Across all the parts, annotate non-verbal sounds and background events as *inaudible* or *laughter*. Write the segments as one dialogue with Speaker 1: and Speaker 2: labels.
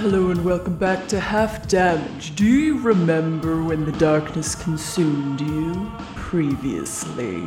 Speaker 1: Hello and welcome back to Half Damage. Do you remember when the darkness consumed you previously?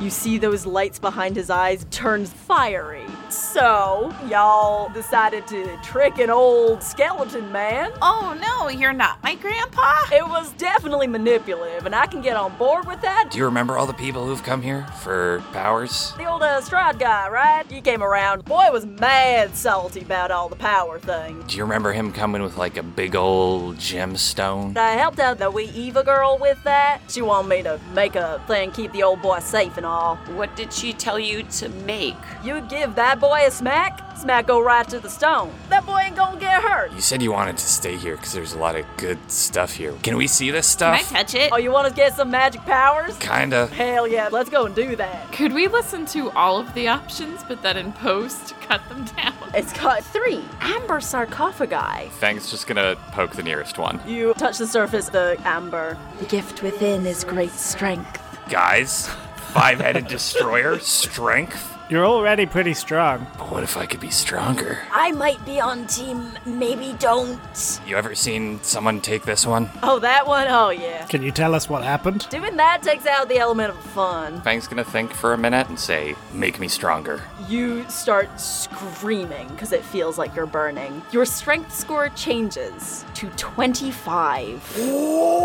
Speaker 2: You see those lights behind his eyes turn fiery. So, y'all decided to trick an old skeleton man?
Speaker 3: Oh no, you're not my grandpa?
Speaker 2: It was definitely manipulative, and I can get on board with that.
Speaker 4: Do you remember all the people who've come here for powers?
Speaker 2: The old uh, Strahd guy, right? He came around. Boy was mad salty about all the power thing.
Speaker 4: Do you remember him coming with like a big old gemstone?
Speaker 2: I helped out the wee Eva girl with that. She wanted me to make a thing, keep the old boy safe and all.
Speaker 3: What did she tell you to make?
Speaker 2: You give that boy a smack, smack go right to the stone. That boy ain't gonna get hurt.
Speaker 4: You said you wanted to stay here because there's a lot of good stuff here. Can we see this
Speaker 3: Can I
Speaker 4: stuff?
Speaker 3: touch it?
Speaker 2: Oh, you want to get some magic powers?
Speaker 4: Kinda.
Speaker 2: Hell yeah, let's go and do that.
Speaker 5: Could we listen to all of the options, but then in post, *laughs* cut them down?
Speaker 2: It's got three amber sarcophagi.
Speaker 6: Fang's just gonna poke the nearest one.
Speaker 2: You touch the surface, the amber.
Speaker 7: The gift within is great strength.
Speaker 4: Guys, five headed destroyer, strength.
Speaker 8: You're already pretty strong.
Speaker 4: But what if I could be stronger?
Speaker 7: I might be on team, maybe don't.
Speaker 4: You ever seen someone take this one?
Speaker 2: Oh, that one? Oh, yeah.
Speaker 8: Can you tell us what happened?
Speaker 2: Doing that takes out the element of fun.
Speaker 6: Fang's gonna think for a minute.
Speaker 4: And say, make me stronger.
Speaker 2: You start screaming because it feels like you're burning. Your strength score changes to 25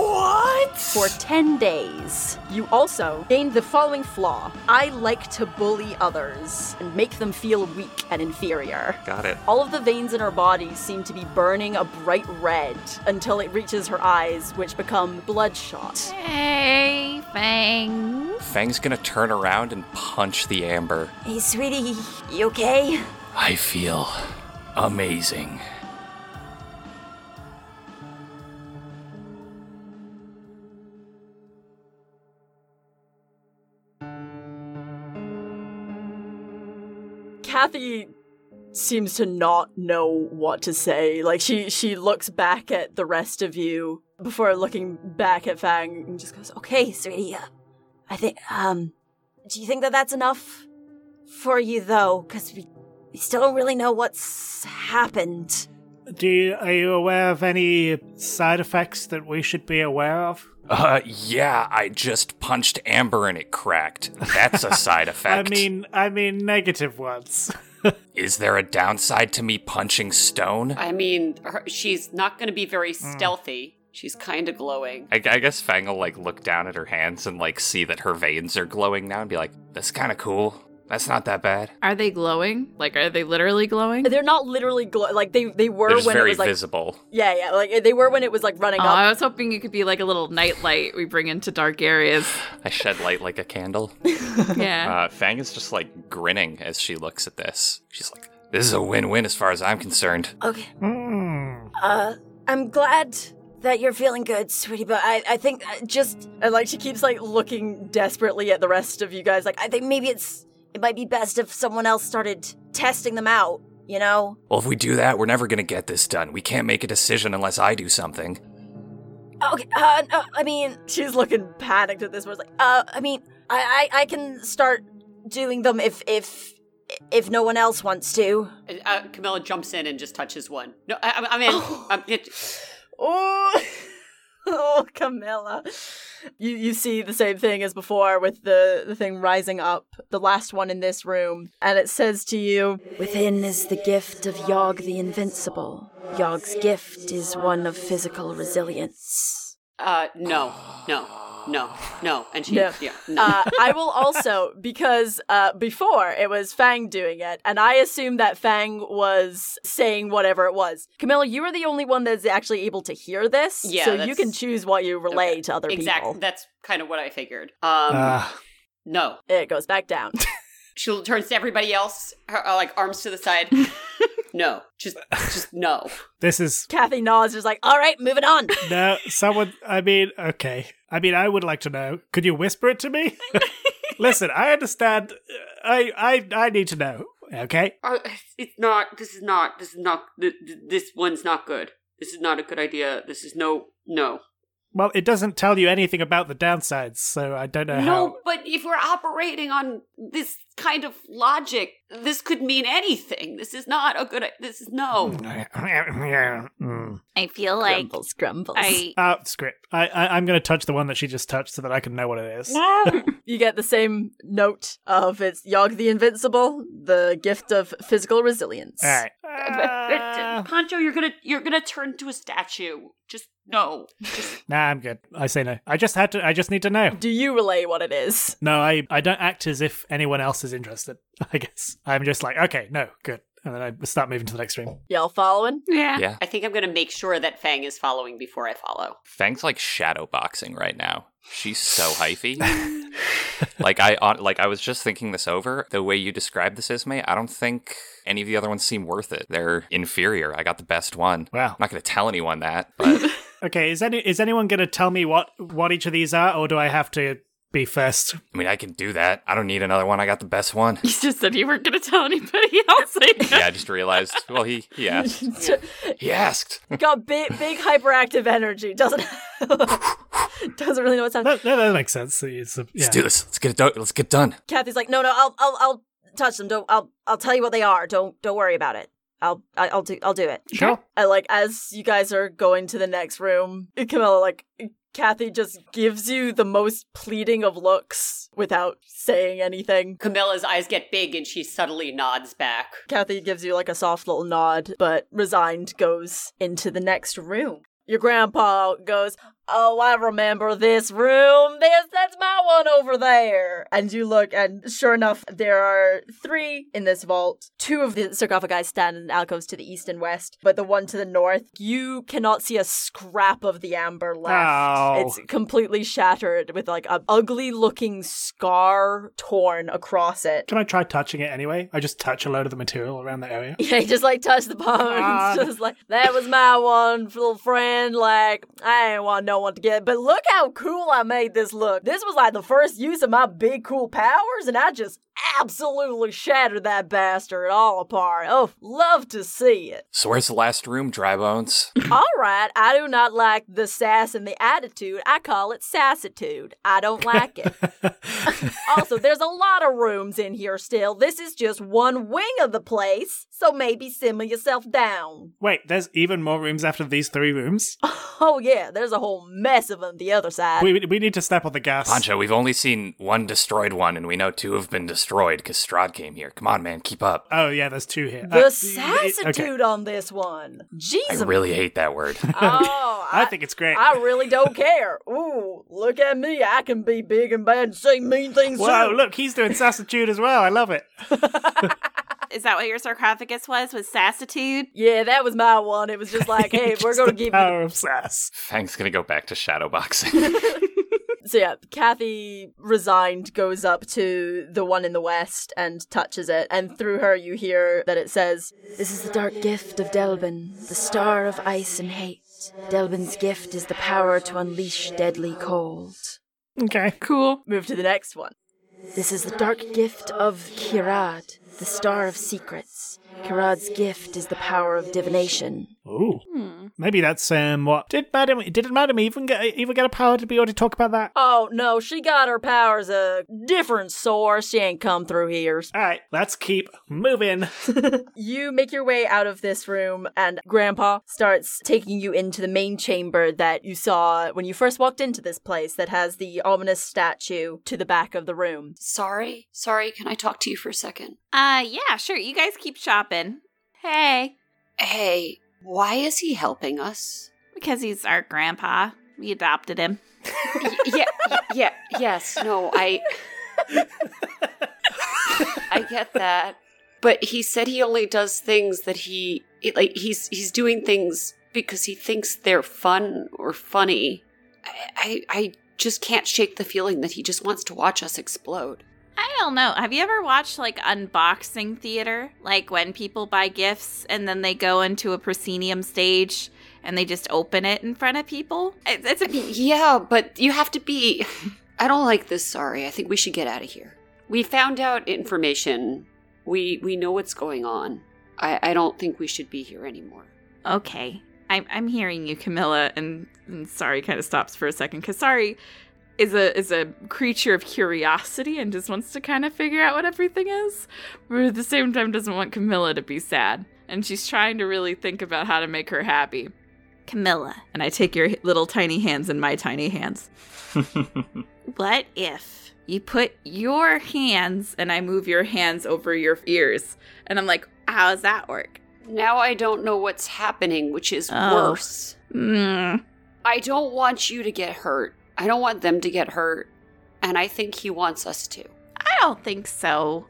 Speaker 4: What?
Speaker 2: for 10 days. You also gained the following flaw I like to bully others and make them feel weak and inferior.
Speaker 6: Got it.
Speaker 2: All of the veins in her body seem to be burning a bright red until it reaches her eyes, which become bloodshot.
Speaker 5: Hey, Fang.
Speaker 4: Fang's gonna turn around and punch the amber.
Speaker 7: Hey, sweetie, you okay?
Speaker 4: I feel amazing.
Speaker 2: Kathy seems to not know what to say. Like she she looks back at the rest of you before looking back at Fang and just goes,
Speaker 7: Okay, sweetie. Uh, I think, um, do you think that that's enough for you, though? Because we, we still don't really know what's happened.
Speaker 8: Do you, are you aware of any side effects that we should be aware of?
Speaker 4: Uh, yeah, I just punched Amber and it cracked. That's a
Speaker 6: *laughs*
Speaker 4: side effect.
Speaker 8: I mean, I mean negative *laughs* ones.
Speaker 4: is there a downside to me punching stone?
Speaker 9: I mean, her, she's not going to be very stealthy. She's kind of glowing.
Speaker 6: I, I guess Fang will like look down at her hands and like see that her veins are glowing now and be like,
Speaker 4: That's kind of cool. That's not that bad.
Speaker 5: Are they glowing? Like, are they literally glowing?
Speaker 2: "They're not literally glow like they they were
Speaker 4: They're just
Speaker 2: when it
Speaker 4: very
Speaker 2: was like
Speaker 4: visible.
Speaker 2: yeah yeah like they were when it was like running
Speaker 5: Oh,
Speaker 2: up."
Speaker 5: I was hoping you could be like a little nightlight we bring into dark
Speaker 3: *laughs*
Speaker 5: areas.
Speaker 4: I shed light like
Speaker 2: *laughs*
Speaker 4: a candle.
Speaker 5: Yeah.
Speaker 6: uh, Fang is just like grinning as she looks at this.
Speaker 4: She's like, This is a win win as far as I'm concerned.
Speaker 7: Okay.
Speaker 8: Hmm.
Speaker 7: Uh, I'm glad that you're feeling good, sweetie, but I, I think uh, just,
Speaker 2: And like she keeps like looking desperately at the rest of you guys, like
Speaker 7: I think maybe it's, it might be best if someone else started testing them out, you know?
Speaker 4: Well, if we do that, we're never gonna get this done. We can't make a decision unless I do something.
Speaker 7: Okay, uh, no, I mean,
Speaker 2: she's looking panicked at this. Where it's like,
Speaker 7: uh, I mean, I, I, I can start doing them if, if, if no one else wants to.
Speaker 9: Uh, Camilla jumps in and just touches one. No, I, I'm- I'm in. I'm in.
Speaker 2: oh, *laughs* oh, Camilla. You you see the same thing as before with the the thing rising up, the last one in this room, and it says to you,
Speaker 7: Within is the gift of Yogg the Invincible. Yogg's gift is one of physical resilience.
Speaker 9: Uh, no, no, no, no. And she,
Speaker 2: No.
Speaker 9: yeah, no.
Speaker 2: *laughs* uh, I will also because uh, before it was Fang doing it, and I assumed that Fang was saying whatever it was. Camilla, you are the only one that's actually able to hear this,
Speaker 9: Yeah,
Speaker 2: so you
Speaker 9: that's-
Speaker 2: can choose what you relay
Speaker 9: Okay.
Speaker 2: to other
Speaker 9: exactly.
Speaker 2: people.
Speaker 9: That's kind of what I figured. Um,
Speaker 8: Ah.
Speaker 9: no.
Speaker 2: It goes back down.
Speaker 9: *laughs* She turns to everybody else, her, uh, like arms to the *laughs* side. no, just, just no.
Speaker 8: this is
Speaker 2: Kathy nods, just like, all right, moving on. *laughs*
Speaker 8: no. Someone. I mean, okay. I mean, I would like to know. Could you whisper it to me? *laughs* Listen, I understand. I, I, I need to know. Okay.
Speaker 9: Uh, it's- it's not. This is not. This is not. th- th- This one's not good. This is not a good idea. This is no, no,
Speaker 8: Well, it doesn't tell you anything about the downsides, so I don't know
Speaker 9: no.
Speaker 8: how.
Speaker 9: But if we're operating on this kind of logic, this could mean anything. This is not a good. This is no.
Speaker 8: *laughs* Mm.
Speaker 3: I feel like
Speaker 10: grumbles, grumbles.
Speaker 5: *laughs*
Speaker 8: *laughs*
Speaker 3: I.
Speaker 8: Out script. Uh, I, I I'm gonna touch the one that she just touched so that I can know what it is.
Speaker 10: you get the same note of it's Yogg the Invincible, the gift of physical resilience.
Speaker 8: All
Speaker 10: *laughs*
Speaker 8: right. Uh,
Speaker 9: Pancho, you're gonna you're gonna turn to a statue. Just no.
Speaker 8: nah, I'm good. I say no. I just had to. I just need to know.
Speaker 10: Do you relay what it is?
Speaker 8: No, I I don't act as if anyone else is interested. *laughs* I guess I'm just like, okay, no, good, and then I start moving to the next stream.
Speaker 9: *laughs*
Speaker 10: Y'all following?
Speaker 5: Yeah.
Speaker 4: Yeah.
Speaker 9: I think I'm gonna make sure that Fang is following before I follow.
Speaker 4: Fang's like shadow boxing right now. She's *laughs* so hyphy. like I on- like I was just thinking this over. The way you described this, Ismay, I don't think any of the other ones seem worth it. They're inferior. I got the best one.
Speaker 8: Wow.
Speaker 4: I'm not gonna tell anyone that, *laughs* but
Speaker 8: Okay, is any is anyone gonna tell me what what each of these are, or do I have to be first?
Speaker 4: I mean I can do that. I don't need another one. I got the best *laughs* one.
Speaker 5: You just said you weren't going to tell anybody *laughs* else. I guess.
Speaker 4: Yeah, I just realized. Well, he he *laughs* asked. He asked.
Speaker 10: Got big, big hyperactive energy. Doesn't *laughs* doesn't really know what's happening.
Speaker 8: That, that, that makes sense. It's a- yeah.
Speaker 4: Let's do this. Let's get it done. Let's get done.
Speaker 2: Kathy's like, no, no, I'll, I'll, I'll touch them. Don't, I'll, I'll tell you what they are. Don't, don't worry about it. I'll, I- I'll do, I'll do it.
Speaker 8: Sure.
Speaker 10: I like as you guys are going to the next room, Camilla like Kathy just gives you the most pleading of looks without saying anything.
Speaker 9: Camilla's eyes get big and she subtly nods back.
Speaker 10: Kathy gives you like a soft little nod, but resigned goes into the next room. Your grandpa goes, Oh, I remember this room. This, that's my one over there. And you look, and sure enough, there are three in this vault. Two of the sarcophagi stand in alcoves to the east and west, but the one to the north, you cannot see a scrap of the amber left.
Speaker 8: Ow.
Speaker 10: It's completely shattered with like a ugly looking scar torn across it.
Speaker 8: Can I try touching it anyway? I just touch a load of the material around the area.
Speaker 10: Yeah, he just like touched the bones.
Speaker 8: God.
Speaker 10: *laughs* Just like that was my one little friend. Like I ain't want no one to get. But look how cool I made this look. This was like the first use of my big cool powers, and I just absolutely shattered that bastard all apart. Oh, love to see it.
Speaker 4: So where's the last room, dry bones?
Speaker 10: all right, I do not like the sass and the attitude. I call it sassitude. I don't like
Speaker 8: *laughs*
Speaker 10: it. also, there's a lot of rooms in here still. This is just one wing of the place, so maybe simmer yourself down.
Speaker 8: Wait, there's even more rooms after these three rooms.
Speaker 10: Oh yeah, there's a whole mess of them the other side.
Speaker 8: We we need to step on the gas.
Speaker 4: Pancho, we've only seen one destroyed one, and we know two have been destroyed because Strahd came here. Come on, man, keep up.
Speaker 8: Oh yeah, there's two here.
Speaker 10: the
Speaker 8: Uh,
Speaker 10: sassitude on this one.
Speaker 4: I
Speaker 10: Jesus.
Speaker 4: really hate that word. *laughs*
Speaker 10: oh,
Speaker 8: I think it's great.
Speaker 10: I really don't care. Ooh, look at me. I can be big and bad and say mean things
Speaker 8: Wow,
Speaker 10: too.
Speaker 8: look, he's doing sassitude as well. I love
Speaker 10: *laughs*
Speaker 8: it.
Speaker 3: Is that what your sarcophagus was? Was sassitude?
Speaker 10: Yeah, that was my one. It was
Speaker 8: *laughs*
Speaker 10: just like, hey, we're
Speaker 8: Just
Speaker 10: gonna
Speaker 8: the
Speaker 10: give you
Speaker 8: power of sass.
Speaker 6: Fang's gonna go back to shadow boxing.
Speaker 10: So yeah, Kathy resigned goes up to the one in the west and touches it, and through her you hear that it says
Speaker 11: This is the dark gift of Delbin, the star of ice and hate. Delbin's gift is the power to unleash deadly cold.
Speaker 8: Okay.
Speaker 5: Cool.
Speaker 10: move to the next one.
Speaker 11: This is the dark gift of Kirad, the star of secrets. Kirad's gift is the power of divination.
Speaker 8: Ooh.
Speaker 10: Hmm.
Speaker 8: Maybe that's um what did Madam did Madam even get even get a power to be able to talk about that?
Speaker 10: Oh no, she got her powers a different source. She ain't come through here.
Speaker 8: Alright, let's keep moving.
Speaker 10: You make your way out of this room, and Grandpa starts taking you into the main chamber that you saw when you first walked into this place that has the ominous statue to the back of the room.
Speaker 9: Sorry, sorry. Can I talk to you for a second?
Speaker 3: Uh, yeah, sure. You guys keep shopping. Hey,
Speaker 9: Hey, why is he helping us?
Speaker 3: because he's our grandpa. We adopted him.
Speaker 9: Y- yeah, y- yeah, yes. No, I. I get that, but he said he only does things that he it- like. He's he's doing things because he thinks they're fun or funny. I I, I just can't shake the feeling that he just wants to watch us explode.
Speaker 3: I don't know. Have you ever watched like unboxing theater? Like when people buy gifts and then they go into a proscenium stage and they just open it in front of people? It's, it's
Speaker 9: I mean, yeah, but you have to be. *laughs* I don't like this. Sorry, I think we should get out of here. We found out information. We we know what's going on. I I don't think we should be here anymore.
Speaker 3: a- okay. I'm I'm hearing you, Camilla, and, and sorry kind of stops for a second because sorry
Speaker 5: is a is a creature of curiosity and just wants to kind of figure out what everything is, but at the same time doesn't want Camilla to be sad, and she's trying to really think about how to make her happy.
Speaker 3: Camilla.
Speaker 5: And I take your little tiny hands in my tiny hands.
Speaker 3: What if you put your hands and I move your hands over your ears? And I'm like, how does that work?
Speaker 9: Now I don't know what's happening, which is
Speaker 3: Oh.
Speaker 9: worse.
Speaker 5: Hmm.
Speaker 3: Mm.
Speaker 9: I don't want you to get hurt. I don't want them to get hurt. And I think he wants us to.
Speaker 3: I don't think so.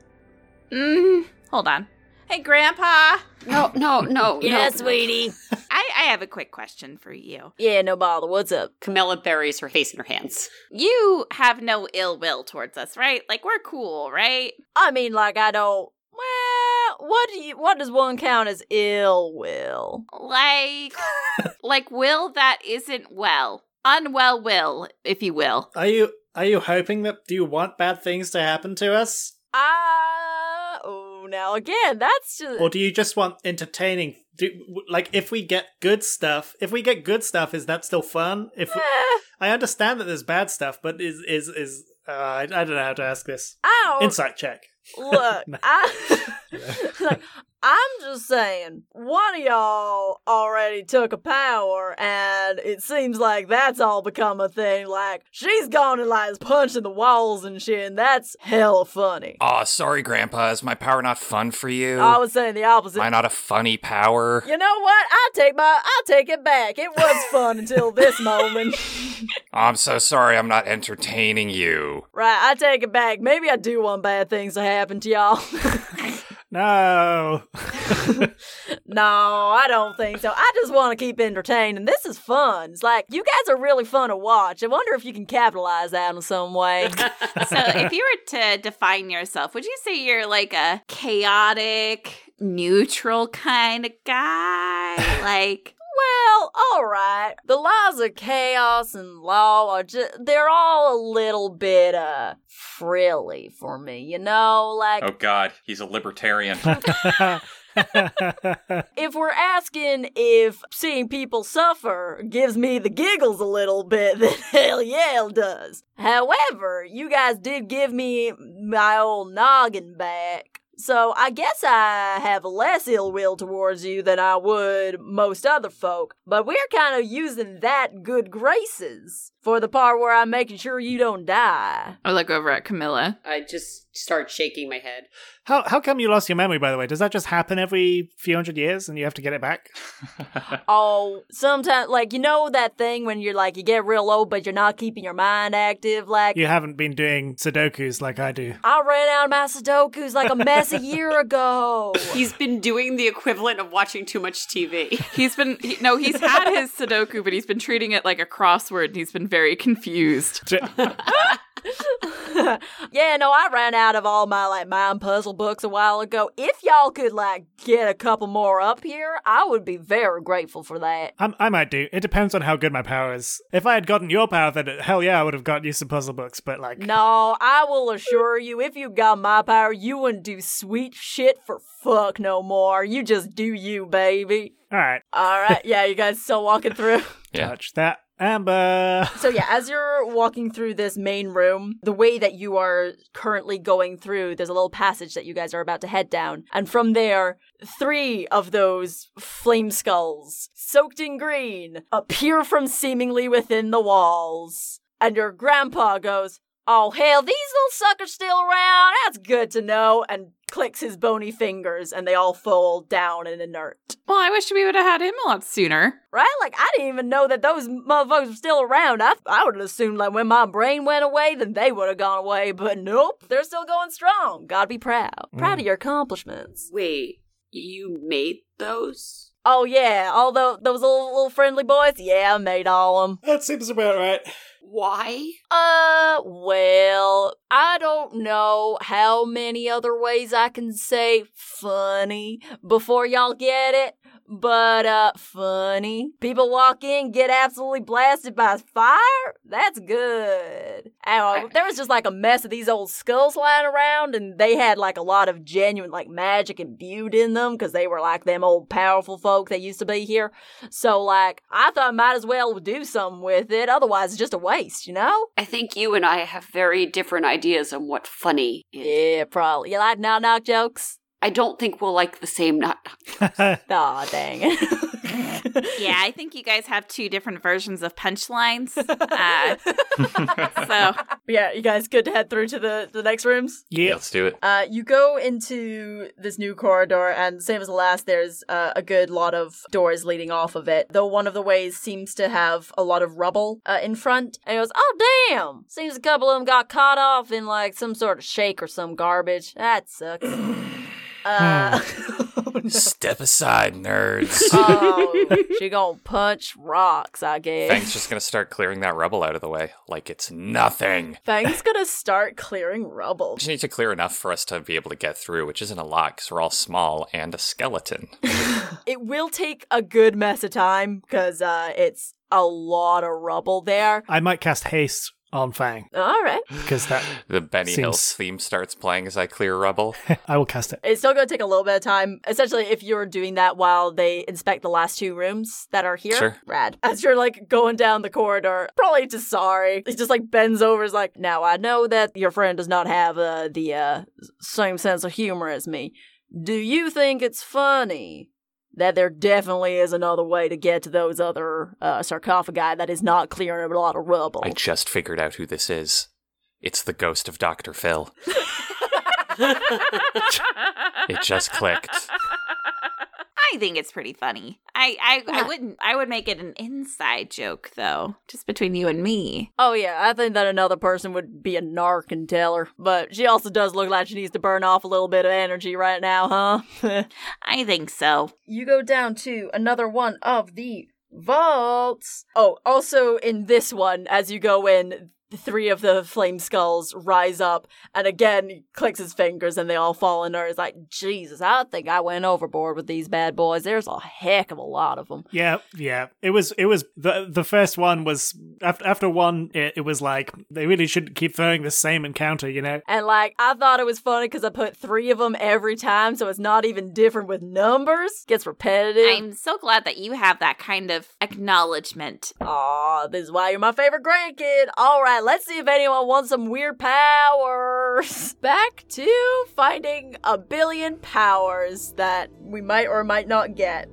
Speaker 3: Mm. Hold on. Hey, Grandpa.
Speaker 9: No, no, no.
Speaker 2: Yes,
Speaker 9: no.
Speaker 2: sweetie.
Speaker 3: I, I have a quick question for you.
Speaker 2: Yeah, no bother. What's up?
Speaker 9: Camilla buries her face in her hands.
Speaker 3: You have no ill will towards us, right? Like, we're cool, right?
Speaker 2: I mean, like I don't. Well, what do you? What does one count as ill will?
Speaker 5: *laughs*
Speaker 3: Like, like will that isn't well. Unwell will, if you will.
Speaker 8: Are you are you hoping that do you want bad things to happen to us?
Speaker 2: Ah, oh, now again, that's just.
Speaker 8: Or do you just want entertaining do, like if we get good stuff, if we get good stuff is that still fun? If we-
Speaker 2: Eh,
Speaker 8: I understand that there's bad stuff, but is is is uh, I, I don't know how to ask this.
Speaker 2: I
Speaker 8: *laughs*
Speaker 2: don't
Speaker 8: Insight check.
Speaker 2: look.
Speaker 8: No.
Speaker 2: I *laughs* like. I'm just saying, one of y'all already took a power, and it seems like that's all become a thing. Like she's gone and like is punching the walls and shit, and that's hella funny.
Speaker 4: Aw, sorry, Grandpa. Is my power not fun for you?
Speaker 10: Oh,
Speaker 2: I was saying the opposite.
Speaker 4: Am I not a funny power?
Speaker 2: You know what? I take my I take it back. It
Speaker 4: *laughs*
Speaker 2: was fun until this moment.
Speaker 4: Oh, I'm so sorry I'm not entertaining you.
Speaker 2: Right, I take it back. Maybe I do want bad things to happen to y'all. *laughs*
Speaker 8: No. *laughs*
Speaker 2: no, I don't think so. I just want to keep entertaining. This is fun. It's like you guys are really fun to watch. I wonder if you can capitalize that in some way. *laughs*
Speaker 5: *laughs*
Speaker 3: So, if you were to define yourself, would you say you're like a chaotic, neutral kind of guy? Like,
Speaker 2: well, all right. The laws of chaos and law are just—they're all a little bit uh frilly for me. You know, like
Speaker 6: Oh God, he's a libertarian.
Speaker 2: if we're asking if seeing people suffer gives me the giggles a little bit, *laughs* then hell yeah, it does. However, you guys did give me my old noggin back. So I guess I have less ill will towards you than I would most other folk, but we're kind of using that good graces for the part where I'm making sure you don't die.
Speaker 5: *laughs* I look over at Camilla.
Speaker 9: I just start shaking my head.
Speaker 8: How how come you lost your memory by the way? Does that just happen every few hundred years and you have to get it back?
Speaker 2: Oh, sometimes, like, you know that thing when you're like, you get real old, but you're not keeping your mind active? Like,
Speaker 8: You haven't been doing sudokus like I do.
Speaker 2: I ran out of my Sudokus like a mess a year ago.
Speaker 9: He's been doing the equivalent of watching too much TV.
Speaker 5: He's been he, no, he's had *laughs* his Sudoku, but he's been treating it like a crossword, and he's been very confused.
Speaker 2: yeah, no, I ran out of all my like mind puzzle books a while ago. If y'all could like get a couple more up here, I would be very grateful for that.
Speaker 8: I'm, I might do. It depends on how good my power is. If I had gotten your power, then hell yeah, I would have gotten you some puzzle books. But like,
Speaker 2: No, I will assure you, if you got my power, you wouldn't do sweet shit for fuck no more. You just do you, baby.
Speaker 8: all right,
Speaker 2: All right, yeah, you guys still walking through.
Speaker 4: Yeah.
Speaker 8: touch that amber. *laughs*
Speaker 2: So yeah, as you're walking through this main room, the way that you are currently going through, there's a little passage that you guys are about to head down, and from there, three of those flame skulls, soaked in green, appear from seemingly within the walls, and your grandpa goes, "Oh hell, these little suckers still around? That's good to know," and clicks his bony fingers, and they all fall down and inert.
Speaker 5: Well, I wish we would have had him a lot sooner.
Speaker 2: Right? Like, I didn't even know that those motherfuckers were still around. I, I would have assumed, like, when my brain went away, then they would have gone away. But nope, they're still going strong. Gotta be proud. Proud of your accomplishments.
Speaker 9: *laughs* Wait, you made those?
Speaker 2: Oh, yeah. All tho- those little, little friendly boys? Yeah, I made all of them.
Speaker 8: That seems about right.
Speaker 9: Why?
Speaker 2: Uh, well, I don't know how many other ways I can say funny before y'all get it, but uh, funny. People walk in, get absolutely blasted by fire. That's good. And, uh, there was just like a mess of these old skulls lying around, and they had like a lot of genuine like magic imbued in them because they were like them old powerful folk that used to be here. So like, I thought I might as well do something with it. Otherwise, it's just a waste, you know?
Speaker 9: I think you and I have very different ideas on what funny is.
Speaker 2: Yeah, probably. You like knock knock jokes?
Speaker 9: I don't think we'll like the same knock knock.
Speaker 2: Aw, dang it.
Speaker 5: yeah, I think you guys have two different versions of *laughs* punchlines. Uh, so
Speaker 2: *laughs* yeah, you guys good to head through to the, the next rooms?
Speaker 4: Yeah, let's do it.
Speaker 2: Uh, you go into this new corridor, and same as the last, there's uh, a good lot of doors leading off of it. Though one of the ways seems to have a lot of rubble uh, in front, and it goes, "Oh damn!" Seems a couple of them got caught off in like some sort of shake or some garbage. That sucks. *laughs* uh,
Speaker 4: *laughs* Step aside, nerds.
Speaker 2: oh, she gonna punch rocks, I guess.
Speaker 4: Fang's just gonna start clearing that rubble out of the way, like it's nothing.
Speaker 2: Fang's gonna start clearing rubble.
Speaker 4: Just need to clear enough for us to be able to get through, which isn't a lot because we're all small and a skeleton.
Speaker 2: It will take a good mess of time because uh, it's a lot of rubble there.
Speaker 8: I might cast haste on Fang
Speaker 2: All right.
Speaker 8: because
Speaker 4: *laughs*
Speaker 8: that
Speaker 4: the Benny
Speaker 8: Seems-
Speaker 4: Hills theme starts playing as I clear rubble.
Speaker 8: I will cast it.
Speaker 2: It's still going to take a little bit of time. Essentially, if you're doing that while they inspect the last two rooms that are here,
Speaker 4: Sure.
Speaker 2: rad. As you're like going down the corridor, probably to sorry, he just like bends over, is like, "Now I know that your friend does not have uh, the uh, same sense of humor as me. Do you think it's funny?" That there *laughs* definitely is another way to get to those other uh, sarcophagi that is not clearing a lot of rubble.
Speaker 4: I just figured out who this is. It's the ghost of Dr. Phil.
Speaker 2: *laughs*
Speaker 4: it just clicked.
Speaker 5: I think it's pretty funny. I I, I wouldn't. I would make it an inside joke though, just between you and me.
Speaker 2: Oh yeah, I think that another person would be a narc and tell her. But she also does look like she needs to burn off a little bit of energy right now, huh?
Speaker 5: I think so.
Speaker 2: you go down to another one of the vaults. Oh, also in this one, as you go in, three of the flame skulls rise up, and again he clicks his fingers, and they all fall in. Or he's like, Jesus, I think I went overboard with these bad boys. There's a heck of a lot of them.
Speaker 8: Yeah, yeah. It was it was the the first one was after after one it, it was like they really shouldn't keep throwing the same encounter, you know.
Speaker 2: And like, I thought it was funny because I put three of them every time, so it's not even different with numbers. Gets repetitive.
Speaker 5: I'm so glad that you have that kind of acknowledgement.
Speaker 2: Aw, this is why you're my favorite grandkid. All right, let's see if anyone wants some weird powers. *laughs* Back to finding a billion powers that we might or might not get.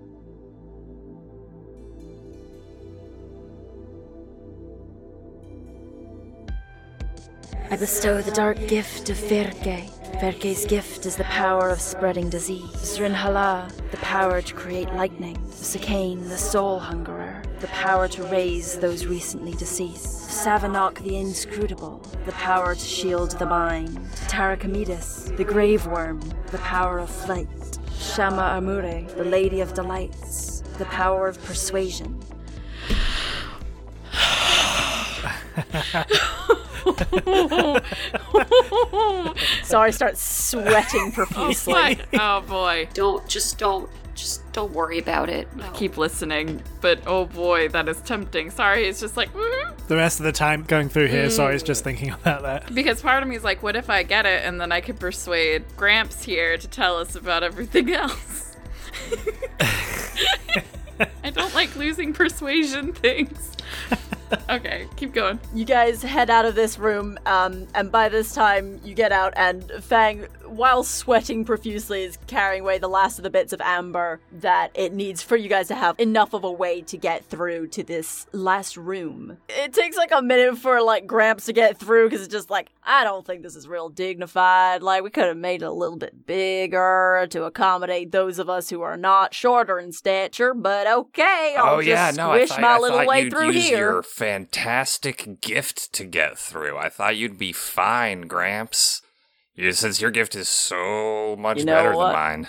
Speaker 10: I bestow the dark gift of Verke. Verke's gift is the power of spreading disease. Srinhala, the power to create lightning. Sakane, the soul hungerer, the power to raise those recently deceased. Savanok, the inscrutable, the power to shield the mind. Tarakamidis, the grave worm, the power of flight. Shama Amure, the lady of delights, the power of persuasion.
Speaker 2: Sorry, start sweating
Speaker 12: Oh,
Speaker 2: profusely.
Speaker 12: fuck. oh boy.
Speaker 9: Don't just don't just don't worry about it. No.
Speaker 12: Keep listening, but oh boy, that is tempting. Sorry, it's just like
Speaker 5: mm-hmm.
Speaker 12: mm.
Speaker 8: The rest of the time going through here, sorry, it's just thinking about that.
Speaker 12: because part of me is like, what if I get it and then I could persuade Gramps here to tell us about everything
Speaker 5: *laughs*
Speaker 12: else. I don't like losing persuasion things. Okay, keep going.
Speaker 2: you guys head out of this room, um, and by this time you get out, and Fang, while sweating profusely, is carrying away the last of the bits of amber that it needs for you guys to have enough of a way to get through to this last room. It takes like a minute for like Gramps to get through because it's just like, I don't think this is real dignified. Like, we could have made it a little bit bigger to accommodate those of us who are not shorter in stature, but okay, I'll
Speaker 4: oh
Speaker 2: just
Speaker 4: yeah, no, I
Speaker 2: squish
Speaker 4: thought,
Speaker 2: my
Speaker 4: I
Speaker 2: little
Speaker 4: thought
Speaker 2: way
Speaker 4: you'd
Speaker 2: through
Speaker 4: use
Speaker 2: here.
Speaker 4: your fantastic gift to get through. I thought you'd be fine, Gramps. You, since your gift is so much
Speaker 2: You know
Speaker 4: better
Speaker 2: what?
Speaker 4: than mine.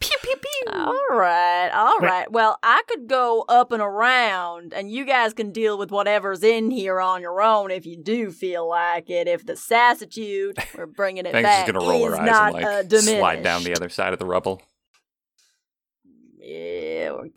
Speaker 5: Pew pew pew.
Speaker 2: All right, all
Speaker 8: Wait.
Speaker 2: right. Well, I could go up and around, and you guys can deal with whatever's in here on your own if you do feel like it. If the sassitude, we're bringing it
Speaker 4: Thanks *laughs*
Speaker 2: back,
Speaker 4: is gonna roll
Speaker 2: is
Speaker 4: her eyes
Speaker 2: not
Speaker 4: and
Speaker 2: uh,
Speaker 4: like
Speaker 2: diminished.
Speaker 4: slide down the other side of the rubble.
Speaker 10: you.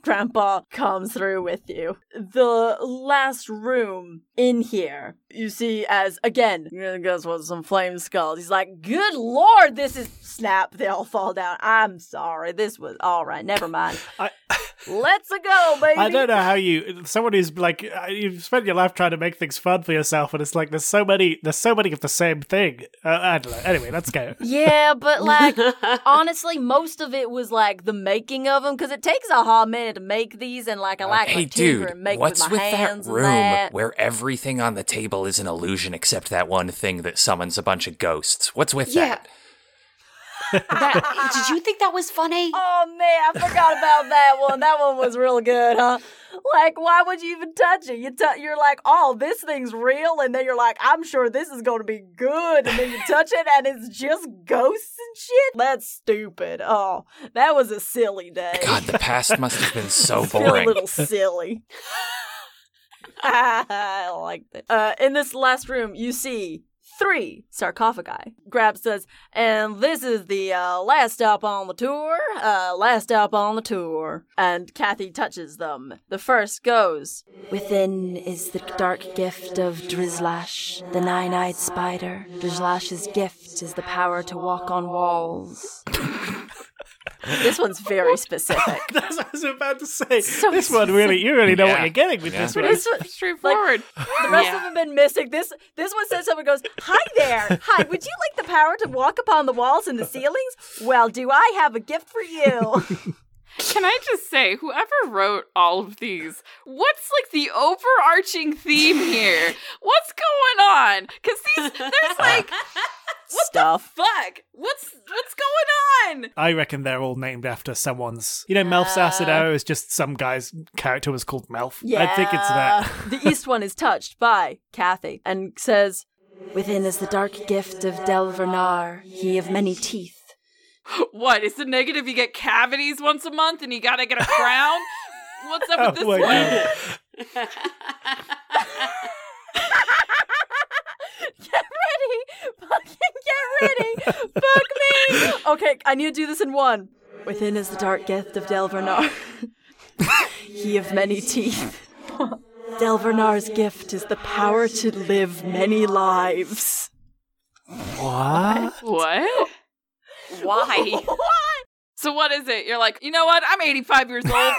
Speaker 10: Grandpa comes through with you. The last room in here, you see as again, "Yeah, guess what? Some flame skulls. He's like, good lord, this is *laughs* snap. They all fall down. I'm sorry. This was all right. Never mind.
Speaker 8: I-
Speaker 10: *laughs* Let's go, baby.
Speaker 8: I don't know how you someone who's like uh, you've spent your life trying to make things fun for yourself, and it's like there's so many there's so many of the same thing. Uh, I don't know. Anyway, let's go. *laughs*
Speaker 10: Yeah, but like honestly, most of it was like the making of them because it takes a hot minute to make these, and like I like
Speaker 4: hey,
Speaker 10: my tinker
Speaker 4: dude,
Speaker 10: and make
Speaker 4: what's
Speaker 10: with
Speaker 4: with
Speaker 10: my
Speaker 4: that
Speaker 10: hands
Speaker 4: room
Speaker 10: and that.
Speaker 4: where everything on the table is an illusion except that one thing that summons a bunch of ghosts? What's with
Speaker 9: Yeah.
Speaker 4: that?
Speaker 9: *laughs* That, did you think that was funny?
Speaker 10: Oh man, I forgot about that one. That one was real good, huh? Like, why would you even touch it? You t- you're like, oh, this thing's real, and then you're like, I'm sure this is going to be good, and then you touch it, and it's just ghosts and shit. That's stupid. Oh, that was a silly day.
Speaker 4: God, the past must have been so
Speaker 10: *laughs* Feel a
Speaker 4: boring.
Speaker 10: little silly. *laughs* I like that. Uh, in this last room, you see three sarcophagi. Grab says, and this is the uh, last stop on the tour. Uh, last stop on the tour. And Kathy touches them. The first goes,
Speaker 11: Within is the dark gift of Drizlash, the nine eyed spider. Drizlash's gift is the power to walk on walls.
Speaker 10: this one's very specific.
Speaker 8: That's what I was about to say.
Speaker 10: So
Speaker 8: this one really, you really know what
Speaker 4: Yeah.
Speaker 8: you're getting with
Speaker 4: Yeah.
Speaker 8: this
Speaker 4: But
Speaker 8: one.
Speaker 10: This *laughs* one,
Speaker 5: Straightforward.
Speaker 10: the rest
Speaker 3: Yeah.
Speaker 10: of them have been missing. This this one says someone goes, "Hi there, hi. Would you like the power to walk upon the walls and the ceilings? Well, do I have a gift for you?"
Speaker 5: Can I just say, whoever wrote all of these, what's like the overarching theme here? What's going on? Because these, there's like,
Speaker 10: Stuff.
Speaker 5: fuck, what's what's going on?
Speaker 8: I reckon they're all named after someone's. You know, Melf's acid arrow is just some guy's character was called Melf. I think it's that.
Speaker 10: *laughs* the East one is touched by Kathy and says,
Speaker 11: Within is the dark gift of Delvernar, he of many teeth.
Speaker 5: What is the negative? You get cavities once a month, and you gotta get a crown. What's up with this
Speaker 8: Oh my
Speaker 5: one?
Speaker 8: God.
Speaker 10: Get ready! Fucking get ready! *laughs* Fuck me! Okay, I need to do this in one.
Speaker 11: Within is the dark gift of
Speaker 10: *laughs*
Speaker 11: Delvernar, he of many teeth. Delvernar's gift is the power to live many lives.
Speaker 8: What?
Speaker 6: *laughs*
Speaker 5: What?
Speaker 9: Why?
Speaker 5: *laughs* So what is it? You're like, you know what? I'm 85
Speaker 6: *laughs*
Speaker 5: years old.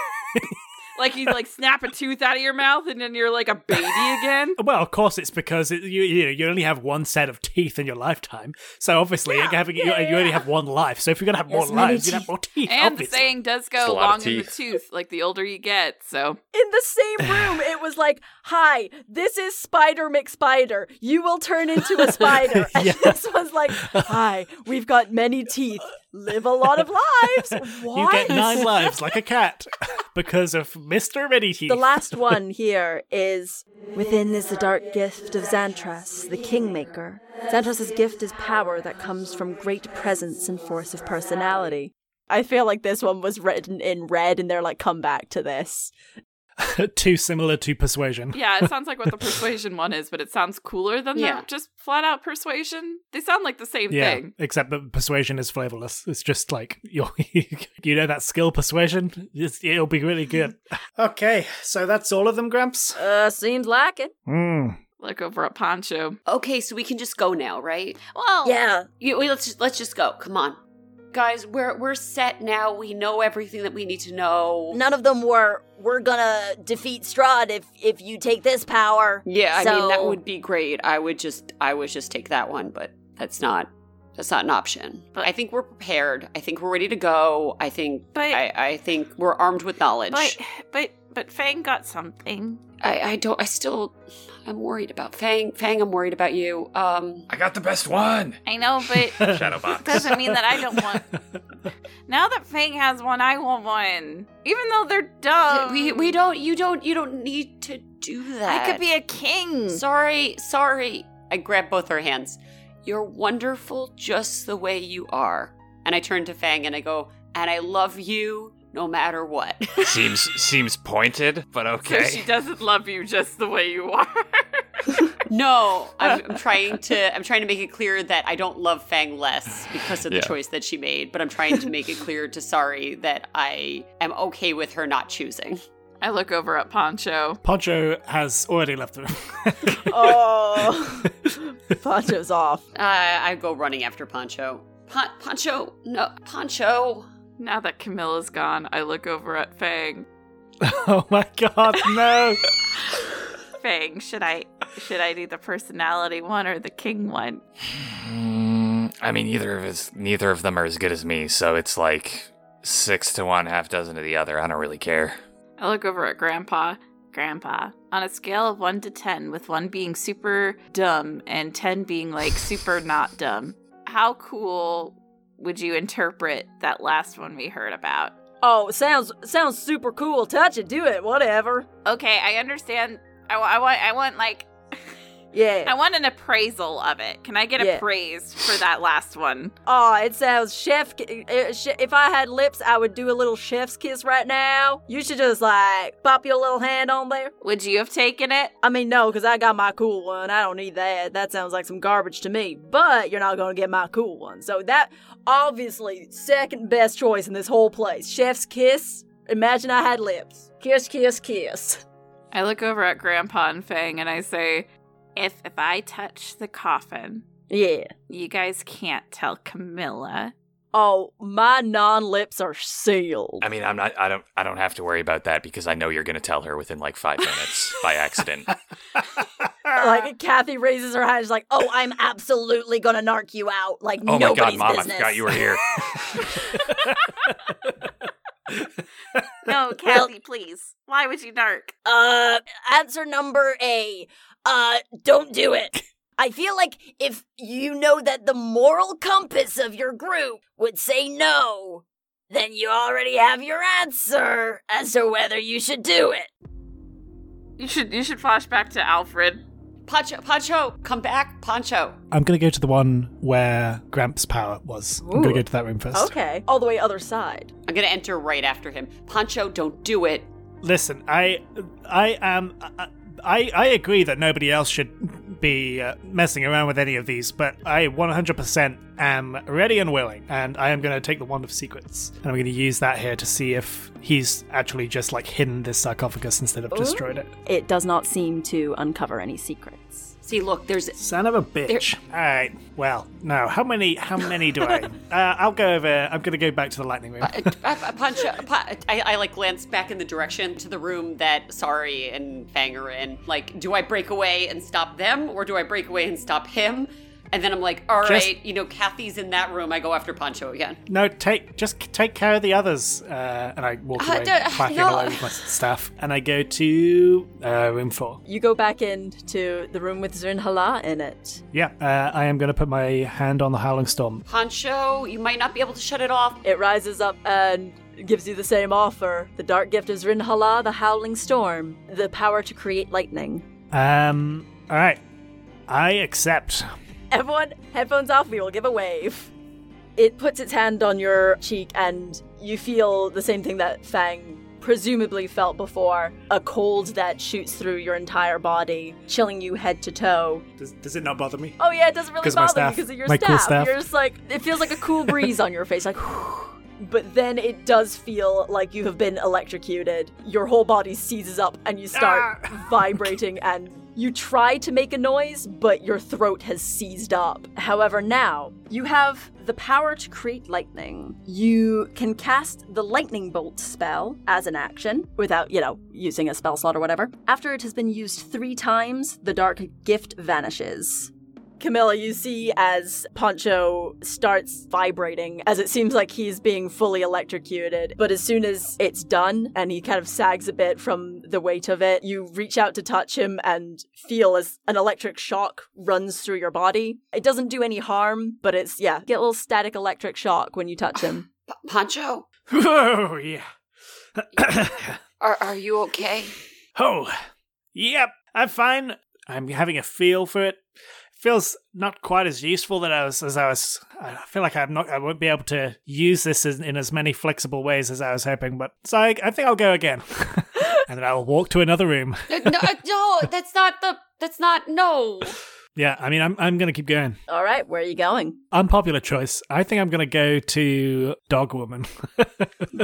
Speaker 5: like you like snap a tooth out of your mouth, and then you're like a
Speaker 6: *laughs*
Speaker 5: baby again.
Speaker 8: Well, of course, it's because it, you you, know, you only have one set of teeth in your lifetime, so obviously you're having, you, you only have one life. So if you're gonna have more lives, you have more teeth.
Speaker 5: And the
Speaker 8: obviously.
Speaker 5: saying does
Speaker 6: It's a
Speaker 5: go
Speaker 6: lot of
Speaker 5: long in the
Speaker 6: teeth.
Speaker 5: tooth, like the older you get. So
Speaker 10: In the same room, it was like, Hi, this is Spider McSpider. You will turn into a
Speaker 8: *laughs*
Speaker 10: spider. And this one's like, Hi, we've got many teeth. Live a lot of lives.
Speaker 8: *laughs* you
Speaker 10: What?
Speaker 8: get nine lives like a cat *laughs* because of Mister Many Teeth.
Speaker 10: the last one here is
Speaker 11: Within is the dark gift of Xantras, the Kingmaker. Xantras's gift is power that comes from great presence and force of personality.
Speaker 10: I feel like this one was written in red and they're like, come back to this.
Speaker 8: *laughs* Too similar to persuasion.
Speaker 5: yeah, it sounds like what the persuasion one is, but it sounds cooler than
Speaker 9: Yeah.
Speaker 5: the just flat out persuasion. They sound like the same
Speaker 8: Yeah,
Speaker 5: thing.
Speaker 8: except that persuasion is flavorless. It's just like *laughs* you you know that skill persuasion. It's, it'll be really good. *laughs* okay, so that's all of them, Gramps.
Speaker 10: Uh, seems like it.
Speaker 8: Hmm.
Speaker 5: Look over at Pancho.
Speaker 9: Okay, so we can just go now, right?
Speaker 3: Well,
Speaker 10: Yeah.
Speaker 9: You, we, let's just, let's just go. Come on, guys. We're we're set now. We know everything that we need to know.
Speaker 10: None of them were, we're gonna defeat Strahd if, if you take this power.
Speaker 9: Yeah, I mean that
Speaker 10: So-
Speaker 9: would be great. I would just I would just take that one, but that's not that's not an option. But I think we're prepared. I think we're ready to go. I think
Speaker 3: But-
Speaker 9: I, I think we're armed with knowledge.
Speaker 3: but but but Fang got something.
Speaker 9: I, I don't I still I'm worried about Fang. Fang, I'm worried about you. Um
Speaker 6: I got the best one.
Speaker 3: I know, but
Speaker 5: *laughs*
Speaker 6: Shadowbox.
Speaker 3: doesn't mean that I don't want. Now that Fang has one, I want one. Even though they're dumb,
Speaker 9: we we don't you don't you don't need to do that. Hmm.
Speaker 3: I could be a king.
Speaker 5: *laughs*
Speaker 9: Sorry, sorry. I grab both her hands. You're wonderful just the way you are. And I turn to Fang and I go, and I love you no matter what. *laughs*
Speaker 6: seems seems pointed, but
Speaker 5: So she
Speaker 6: okay.
Speaker 5: doesn't love you just the way you are.
Speaker 9: No, I'm, I'm trying to. I'm trying to make it clear that I don't love Fang less because of the
Speaker 4: Yeah.
Speaker 9: choice that she made. But I'm trying to make it clear to Sari that I am okay with her not choosing.
Speaker 5: I look over at Poncho.
Speaker 8: Poncho has already left the room. *laughs*
Speaker 10: Oh, Poncho's off.
Speaker 9: Uh, I go running after Poncho. Pon- Poncho, no, Poncho.
Speaker 5: Now that Camilla's gone, I look over at Fang.
Speaker 8: oh my god, *laughs* no!
Speaker 5: Fang, should I should I do the personality one or the king one?
Speaker 4: Mm, I mean, neither of us, neither of them are as good as me, so it's like six to one, half dozen to the other. I don't really care.
Speaker 5: I look over at Grandpa. Grandpa, on a scale of 1 to 10, with 1 being super dumb and 10 being like super not dumb, how cool would you interpret that last one we heard about?
Speaker 10: Oh, sounds sounds super cool. Touch it, do it, whatever.
Speaker 5: Okay, I understand. I, wa- I want, I want like, I
Speaker 10: Yeah.
Speaker 5: want an appraisal of it. Can I get
Speaker 10: Yeah.
Speaker 5: appraised for that last one?
Speaker 10: Oh, it sounds chef. ki- uh, sh- If I had lips, I would do a little chef's kiss right now. You should just like pop your little hand on there.
Speaker 5: Would you have taken it?
Speaker 10: I mean, no, because I got my cool one. I don't need that. That sounds like some garbage to me. But you're not going to get my cool one. So that, obviously, second best choice in this whole place. Chef's kiss. Imagine I had lips. Kiss, kiss, kiss.
Speaker 5: I look over at Grandpa and Fang and I say, if if I touch the coffin,
Speaker 10: Yeah.
Speaker 5: you guys can't tell Camilla.
Speaker 10: Oh, my non lips are sealed.
Speaker 4: I mean, I'm not. I don't. I don't have to worry about that because I know you're going to tell her within like five minutes by
Speaker 10: *laughs*
Speaker 4: accident. Oh Ah.
Speaker 10: Like Kathy raises her hand, she's like, "Oh, I'm absolutely gonna narc you out, like
Speaker 4: Oh my god,
Speaker 10: nobody's
Speaker 4: mom!
Speaker 10: business."
Speaker 4: I forgot you were here.
Speaker 5: *laughs* No, Kathy, please. Why would you narc?
Speaker 2: Uh, answer number A. Uh, don't do
Speaker 10: *laughs*
Speaker 2: it. I feel like if you know that the moral compass of your group would say no, then you already have your answer as to whether you should do it.
Speaker 5: You should you should flash back to Alfred.
Speaker 9: Poncho, Poncho, come back, Poncho.
Speaker 8: I'm gonna go to the one where Gramps' power was. I'm gonna go to that room first.
Speaker 10: Okay, all the way other side.
Speaker 9: I'm gonna enter right after him. Poncho, don't do it.
Speaker 8: Listen, I, I am, I, I- I agree that nobody else should be uh, messing around with any of these, but I 100% am ready and willing, and I am going to take the wand of secrets, and I'm going to use that here to see if he's actually just like hidden this sarcophagus instead of destroyed it.
Speaker 2: It does not seem to uncover any secrets.
Speaker 9: See, look, *laughs* there's
Speaker 8: Son of a bitch! All right, well, now how many? How many do I? uh, I'll go over. I'm going to go back to the lightning room.
Speaker 9: uh, uh, Poncho. Po- I, I like glance back in the direction to the room that Sari and Fang are in. Like, do I break away and stop them, or do I break away and stop him? And then I'm like, all right,
Speaker 8: Just-
Speaker 9: you know, Kathy's in that room. I go after Poncho again.
Speaker 8: No, take just take care of the others. Uh, and I walk
Speaker 9: Uh,
Speaker 8: away,
Speaker 9: don't-
Speaker 8: clacking
Speaker 9: no.
Speaker 8: away with my staff, and I go to uh, room four.
Speaker 10: You go back into the room with Zrinhala in it.
Speaker 8: Yeah, uh, I am going to put my hand on the howling storm.
Speaker 9: Poncho, you might not be able to shut it off.
Speaker 10: It rises up and gives you the same offer. The dark gift is Zrinhala, the howling storm, the power to create lightning.
Speaker 8: Um, all right, I accept.
Speaker 10: Everyone, headphones off, we will give a wave. It puts its hand on your cheek, and you feel the same thing that Fang presumably felt before a cold that shoots through your entire body, chilling you head to toe.
Speaker 8: Does, does it not bother me?
Speaker 10: Oh yeah, it doesn't really
Speaker 8: 'Cause my
Speaker 10: bother
Speaker 8: staff-
Speaker 10: you because of your
Speaker 8: my
Speaker 10: staff.
Speaker 8: cool staff.
Speaker 10: You're just like it feels like a cool breeze on your face, like. *sighs* But then it does feel like you have been electrocuted. Your whole body seizes up and you start
Speaker 8: Ah! *laughs*
Speaker 10: vibrating and you try to make a noise, but your throat has seized up. However, now you have the power to create lightning. You can cast the lightning bolt spell as an action without, you know, using a spell slot or whatever. After it has been used three times, the dark gift vanishes. Camilla, you see as Poncho starts vibrating, as it seems like he's being fully electrocuted. But as soon as it's done and he kind of sags a bit from the weight of it, you reach out to touch him and feel as an electric shock runs through your body. It doesn't do any harm, but it's, yeah, get a little static electric shock when you touch him.
Speaker 9: P- *laughs* Poncho,
Speaker 8: Oh yeah.
Speaker 9: are are you okay?
Speaker 8: oh, yep. I'm fine. I'm having a feel for it. Feels not quite as useful that I was as I was. I feel like I'm not. I won't be able to use this in, in as many flexible ways as I was hoping. But so
Speaker 9: *laughs*
Speaker 8: I, I think I'll go again, and then I'll walk to another room.
Speaker 9: no, no, uh, that's not the That's not no.
Speaker 8: Yeah, I mean, I'm I'm gonna keep going.
Speaker 10: All right, where are you going?
Speaker 8: Unpopular choice. I think I'm gonna go to Dog Woman.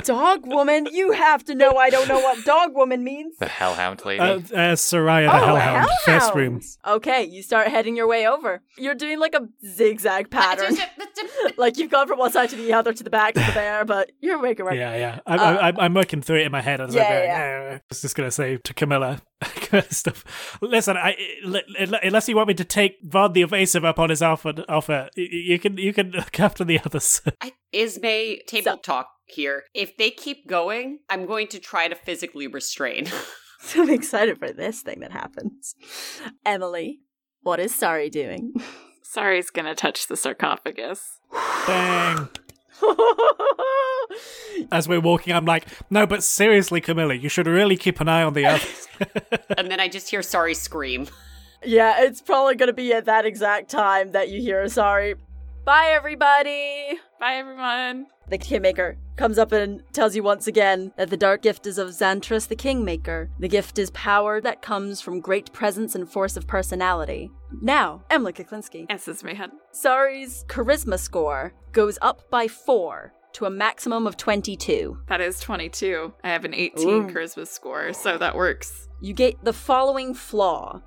Speaker 10: Dog woman? You have to know I don't know what dog woman means.
Speaker 4: The hellhound lady.
Speaker 8: uh, uh, Soraya the
Speaker 9: Oh,
Speaker 8: Hellhound, first room.
Speaker 10: Okay, you start heading your way over. You're doing like a zigzag pattern. *laughs* like you've gone from one side to the other to the back to the there, but you're making right. Uh,
Speaker 8: Yeah, yeah. I'm, I'm, I'm working through it in my head as
Speaker 10: yeah,
Speaker 8: I go.
Speaker 10: yeah.
Speaker 8: "No." I was just gonna say to Camilla, *laughs* Camilla stuff. Listen, I, l- l- unless you want me to take Vod the Evasive up on his offer, offer, y- y- you can you can look *laughs* after the others.
Speaker 9: I, Ismay, table talk here. If they keep going, I'm going to try to physically restrain.
Speaker 10: So *laughs* I'm excited for this thing that happens. Emily, what is Sari doing? *laughs*
Speaker 5: Sorry's gonna touch the sarcophagus.
Speaker 8: Bang. As we're walking, I'm like, no, but seriously, Camilla, you should really keep an eye on the
Speaker 10: *laughs*
Speaker 8: others.
Speaker 9: and then I just hear sorry scream.
Speaker 10: yeah, it's probably going to be at that exact time that you hear Sari. Bye, everybody.
Speaker 5: Bye, everyone.
Speaker 10: The Kingmaker comes up and tells you once again that the dark gift is of Xantras the Kingmaker. The gift is power that comes from great presence and force of personality. Now, Emily Kuklinski.
Speaker 5: And says Mayhem.
Speaker 10: Sari's charisma score goes up by four to a maximum of 22.
Speaker 5: That is 22. I have an 18 charisma score, so that works.
Speaker 10: You get the following flaw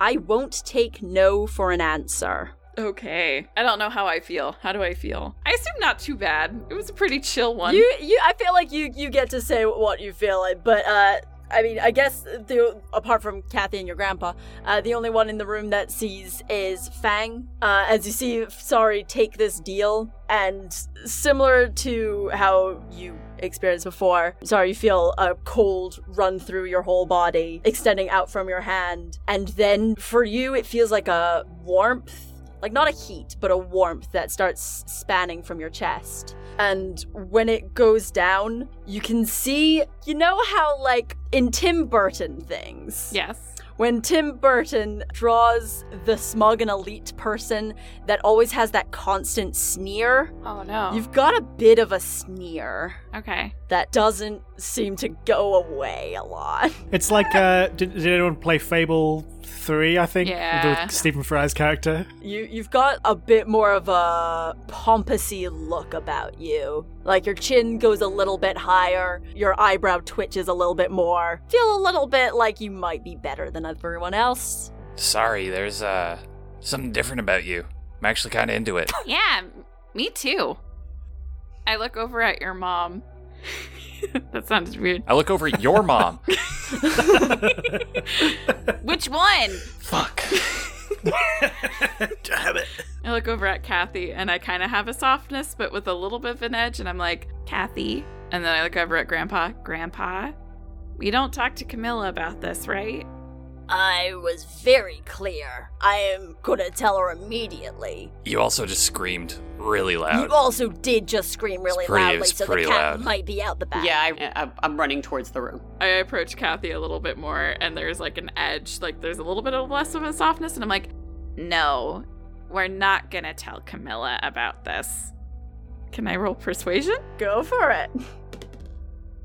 Speaker 10: I won't take no for an answer.
Speaker 5: Okay. I don't know how I feel. How do I feel? I assume not too bad. It was a pretty chill one.
Speaker 10: You, you, I feel like you, you get to say what you feel like, but uh, I mean, I guess the apart from Kathy and your grandpa, uh, the only one in the room that sees is Fang. Uh, as you see, sorry, take this deal, and similar to how you experienced before, sorry, you feel a cold run through your whole body, extending out from your hand, and then for you, it feels like a warmth. Like, not a heat, but a warmth that starts spanning from your chest and when it goes down, you can see, you know how like in Tim Burton things.
Speaker 5: yes.
Speaker 10: When Tim Burton draws the smug and elite person that always has that constant sneer,
Speaker 5: Oh no.
Speaker 10: you've got a bit of a sneer
Speaker 5: okay.
Speaker 10: that doesn't seem to go away a lot. *laughs*
Speaker 8: it's like, uh, did, did anyone play Fable 3, I think?
Speaker 5: Yeah.
Speaker 8: The Stephen Fry's character.
Speaker 10: You you've got a bit more of a pompousy look about you. Like your chin goes a little bit higher, your eyebrow twitches a little bit more. Feel a little bit like you might be better than everyone else.
Speaker 4: Sorry, there's uh something different about you. I'm actually kind of into it.
Speaker 5: Yeah, m- me too. I look over at your mom. *laughs* that sounds weird.
Speaker 4: I look over at your mom.
Speaker 5: Which one?
Speaker 8: *laughs*
Speaker 4: Fuck.
Speaker 8: Damn it.
Speaker 5: I look over at Kathy and I kind of have a softness, but with a little bit of an edge, and I'm like, Kathy. And then I look over at Grandpa. Grandpa, we don't talk to Camilla about this, right?
Speaker 10: I was very clear. I am gonna tell her immediately.
Speaker 4: You also just screamed really
Speaker 10: You
Speaker 4: loud.
Speaker 10: also did just scream really
Speaker 4: pretty-
Speaker 10: loudly,
Speaker 4: it's
Speaker 10: so the
Speaker 4: pretty
Speaker 10: cat
Speaker 4: loud.
Speaker 10: might be out the back.
Speaker 9: Yeah, I, I, I'm running towards the room.
Speaker 5: I approach Kathy a little bit more, and there's like an edge, like there's a little bit of less of a softness, and I'm like, no, we're not gonna tell Camilla about this. Can I roll persuasion?
Speaker 10: Go for it.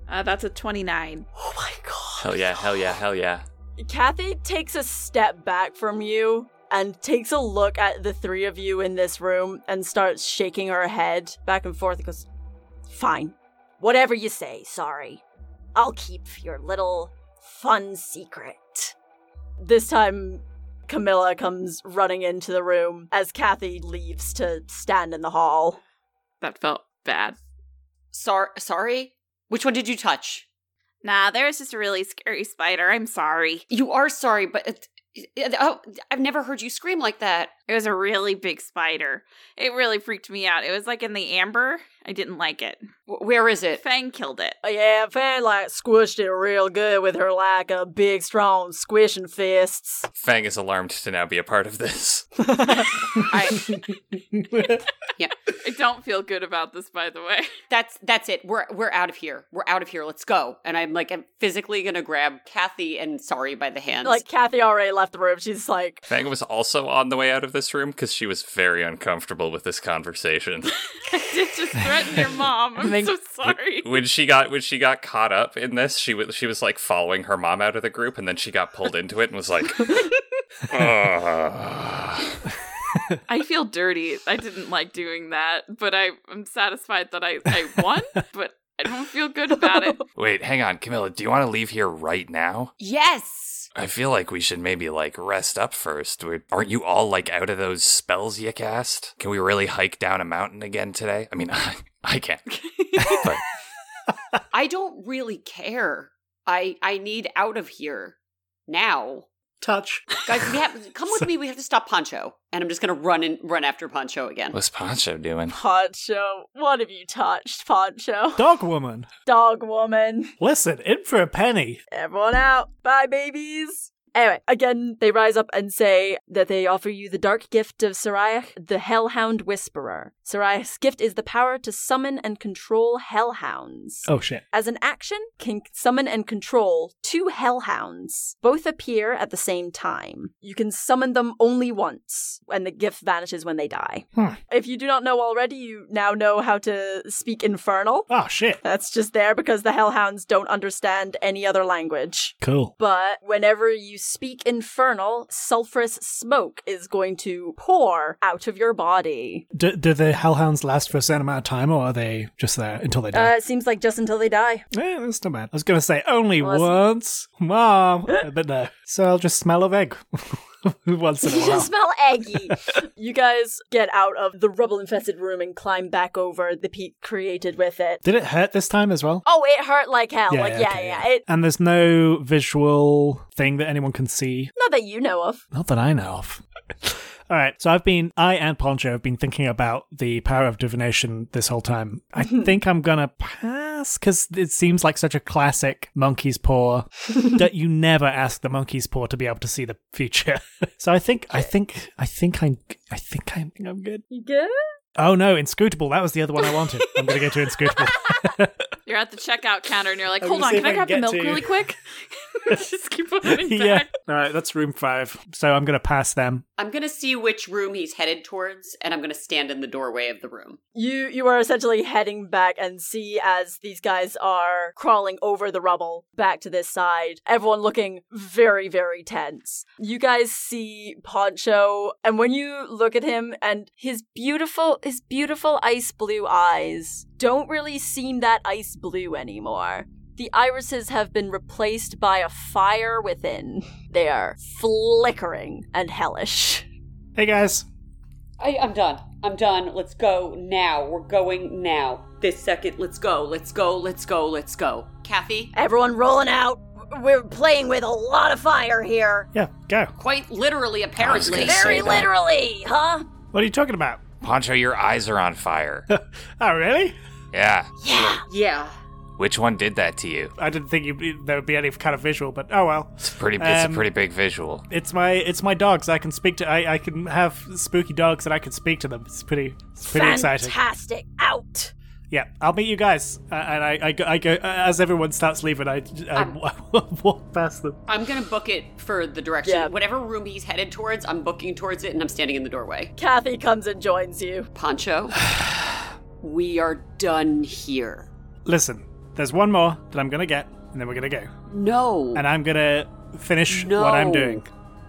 Speaker 5: Uh, that's a 29.
Speaker 10: Oh my god.
Speaker 4: Hell yeah, hell yeah, hell yeah.
Speaker 10: Kathy takes a step back from you and takes a look at the three of you in this room and starts shaking her head back and forth and goes, Fine. Whatever you say, sorry. I'll keep your little fun secret. This time, Camilla comes running into the room as Kathy leaves to stand in the hall.
Speaker 5: That felt bad.
Speaker 9: Sor- sorry? Which one did you touch?
Speaker 3: Nah, there was just a really scary spider. I'm sorry.
Speaker 9: You are sorry, but it, it- oh, I've never heard you scream like that.
Speaker 3: It was a really big spider. It really freaked me out. It was like in the amber. I didn't like it.
Speaker 9: W- where is it?
Speaker 3: Fang killed it.
Speaker 10: Yeah, Fan like squished it real good with her like a big, strong, squishing fists.
Speaker 4: Fang is alarmed to now be a part of this.
Speaker 5: I, I don't feel good about this, by
Speaker 3: *laughs*
Speaker 5: the way.
Speaker 9: That's that's it. We're we're out of here. We're out of here. Let's go. And I'm like I'm physically gonna grab Kathy and sorry by the hands.
Speaker 10: Like Kathy already left the room. She's like,
Speaker 4: Fang was also on the way out of this room because she was very uncomfortable with this conversation.
Speaker 5: I did just threaten your
Speaker 8: *laughs*
Speaker 5: mom. I'm so sorry.
Speaker 4: when she got when she got caught up in this, she was she was like following her mom out of the group, and then she got pulled into it and was like,
Speaker 5: I feel dirty. I didn't like doing that, but I, I'm satisfied that I, I
Speaker 8: *laughs*
Speaker 5: won, but I don't feel good about it.
Speaker 4: Wait, hang on, Camilla. Do you want to leave here right now?
Speaker 9: Yes.
Speaker 4: I feel like we should maybe like rest up first. We're, aren't you all like out of those spells you cast? Can we really hike down a mountain again today? I mean, *laughs* I, I can't. but
Speaker 9: I don't really care. I I need out of here now.
Speaker 8: Touch.
Speaker 9: Guys, we have come with me. We have to stop Poncho, and I'm just gonna run and run after Poncho again.
Speaker 4: what's Pancho *laughs* doing?
Speaker 10: Poncho, what have you touched, Poncho?
Speaker 8: Dog woman.
Speaker 10: Dog woman.
Speaker 8: Listen, in for a penny.
Speaker 10: Everyone out. Bye, babies. Anyway, again, they rise up and say that they offer you the dark gift of Sariah, the Hellhound Whisperer. Sariah's gift is the power to summon and control hellhounds.
Speaker 8: Oh shit.
Speaker 10: As an action, can summon and control two hellhounds. Both appear at the same time. You can summon them only once, and the gift vanishes when they die.
Speaker 8: Hmm.
Speaker 10: If you do not know already, you now know how to speak infernal.
Speaker 8: Oh shit.
Speaker 10: That's just there because the hellhounds don't understand any other language.
Speaker 8: Cool.
Speaker 10: But whenever you speak infernal, sulfurous smoke is going to pour out of your body.
Speaker 8: Do, do the hellhounds last for a certain amount of time, or are they just there until they
Speaker 10: Uh,
Speaker 8: die?
Speaker 10: it seems like just until they die.
Speaker 8: Eh, that's not bad. I was gonna say only
Speaker 10: Well,
Speaker 8: once, mom, but no. So I'll just smell of egg *laughs* once in a
Speaker 10: *laughs* *laughs* You
Speaker 8: while.
Speaker 10: just smell *laughs* eggy. you guys get out of the rubble infested room and climb back over the peak created with it.
Speaker 8: Did it hurt this time as well?
Speaker 10: Oh, it hurt like hell. like, yeah,
Speaker 8: okay,
Speaker 10: yeah. It,
Speaker 8: and there's no visual thing that anyone can see.
Speaker 10: not that you know of.
Speaker 8: Not that I know of. All right, so I've been, I and Poncho have been thinking about the power of divination this whole time. I think I'm gonna pass because it seems like such a classic monkey's paw that you never ask the monkey's paw to be able to see the future. *laughs* so I think, I think, I think I'm, I think I'm, think I'm good.
Speaker 10: You good?
Speaker 8: Oh no, inscrutable. That was the other one I wanted. I'm gonna go to inscrutable.
Speaker 5: You're at the checkout counter and you're like,
Speaker 8: I'm
Speaker 5: hold
Speaker 8: gonna
Speaker 5: on,
Speaker 8: see
Speaker 5: can I
Speaker 8: if I
Speaker 5: grab
Speaker 8: can
Speaker 5: the milk
Speaker 8: get to-
Speaker 5: really quick? *laughs* Just keep
Speaker 8: *laughs*
Speaker 5: on running back.
Speaker 8: yeah. All right, that's room five. So I'm gonna pass them.
Speaker 9: I'm gonna see which room he's headed towards, and I'm gonna stand in the doorway of the room.
Speaker 10: You you are essentially heading back and see as these guys are crawling over the rubble back to this side. Everyone looking very very tense. You guys see Poncho and when you look at him and his beautiful his beautiful ice blue eyes don't really seem that ice blue anymore. The irises have been replaced by a fire within. *laughs* They are flickering and hellish.
Speaker 8: Hey guys.
Speaker 9: I, I'm done. I'm done. Let's go now. We're going now. This second. Let's go. Let's go. Let's go. Let's go. Kathy,
Speaker 10: Everyone rolling out. We're playing with a lot of fire here.
Speaker 8: Yeah, go.
Speaker 9: quite literally, apparently.
Speaker 4: gonna say-
Speaker 10: Very
Speaker 4: that.
Speaker 10: literally, huh?
Speaker 8: What are you talking about?
Speaker 4: Poncho, your eyes are on *laughs* fire.
Speaker 8: Oh really?
Speaker 4: yeah.
Speaker 10: Yeah.
Speaker 9: yeah.
Speaker 4: Which one did that to you?
Speaker 8: I didn't think you, there would be any kind of visual, but oh well.
Speaker 4: It's pretty. It's
Speaker 8: Um,
Speaker 4: a pretty big visual.
Speaker 8: It's my it's my dogs. I can speak to. I, I can have spooky dogs, and I can speak to them. It's pretty. It's pretty
Speaker 10: Fantastic.
Speaker 8: exciting.
Speaker 10: Out.
Speaker 8: Yeah, I'll meet you guys. Uh, and I, I, go, I go as everyone starts leaving. I, I
Speaker 9: I'm-
Speaker 8: *laughs* walk past them.
Speaker 9: I'm gonna book it for the direction.
Speaker 10: Yeah.
Speaker 9: Whatever room he's headed towards, I'm booking towards it, and I'm standing in the doorway.
Speaker 10: Kathy comes and joins you.
Speaker 9: Poncho, we are done here.
Speaker 8: Listen, there's one more that I'm gonna get, and then we're gonna go,
Speaker 9: No.
Speaker 8: and I'm gonna finish
Speaker 9: No.
Speaker 8: what I'm doing.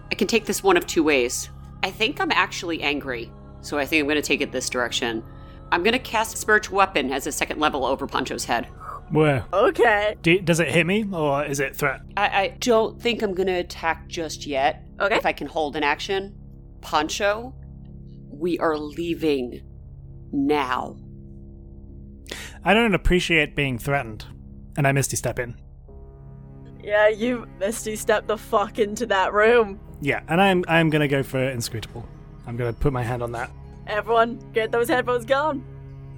Speaker 9: I can take this one of two ways. I think I'm actually angry, so I think I'm going to take it this direction. I'm going to cast Spiritual Weapon as a second level over Poncho's head.
Speaker 8: Whoa.
Speaker 10: Okay.
Speaker 8: Do, does it hit me, or is it threat?
Speaker 9: I, I don't think I'm going to attack just yet.
Speaker 10: Okay.
Speaker 9: If I can hold an action. Poncho, we are leaving now.
Speaker 8: I don't appreciate being threatened, and I misty step in.
Speaker 10: Yeah, you misty stepped the fuck into that room.
Speaker 8: Yeah, and I'm I'm gonna go for inscrutable. I'm gonna put my hand on that.
Speaker 10: Everyone, get those headphones gone.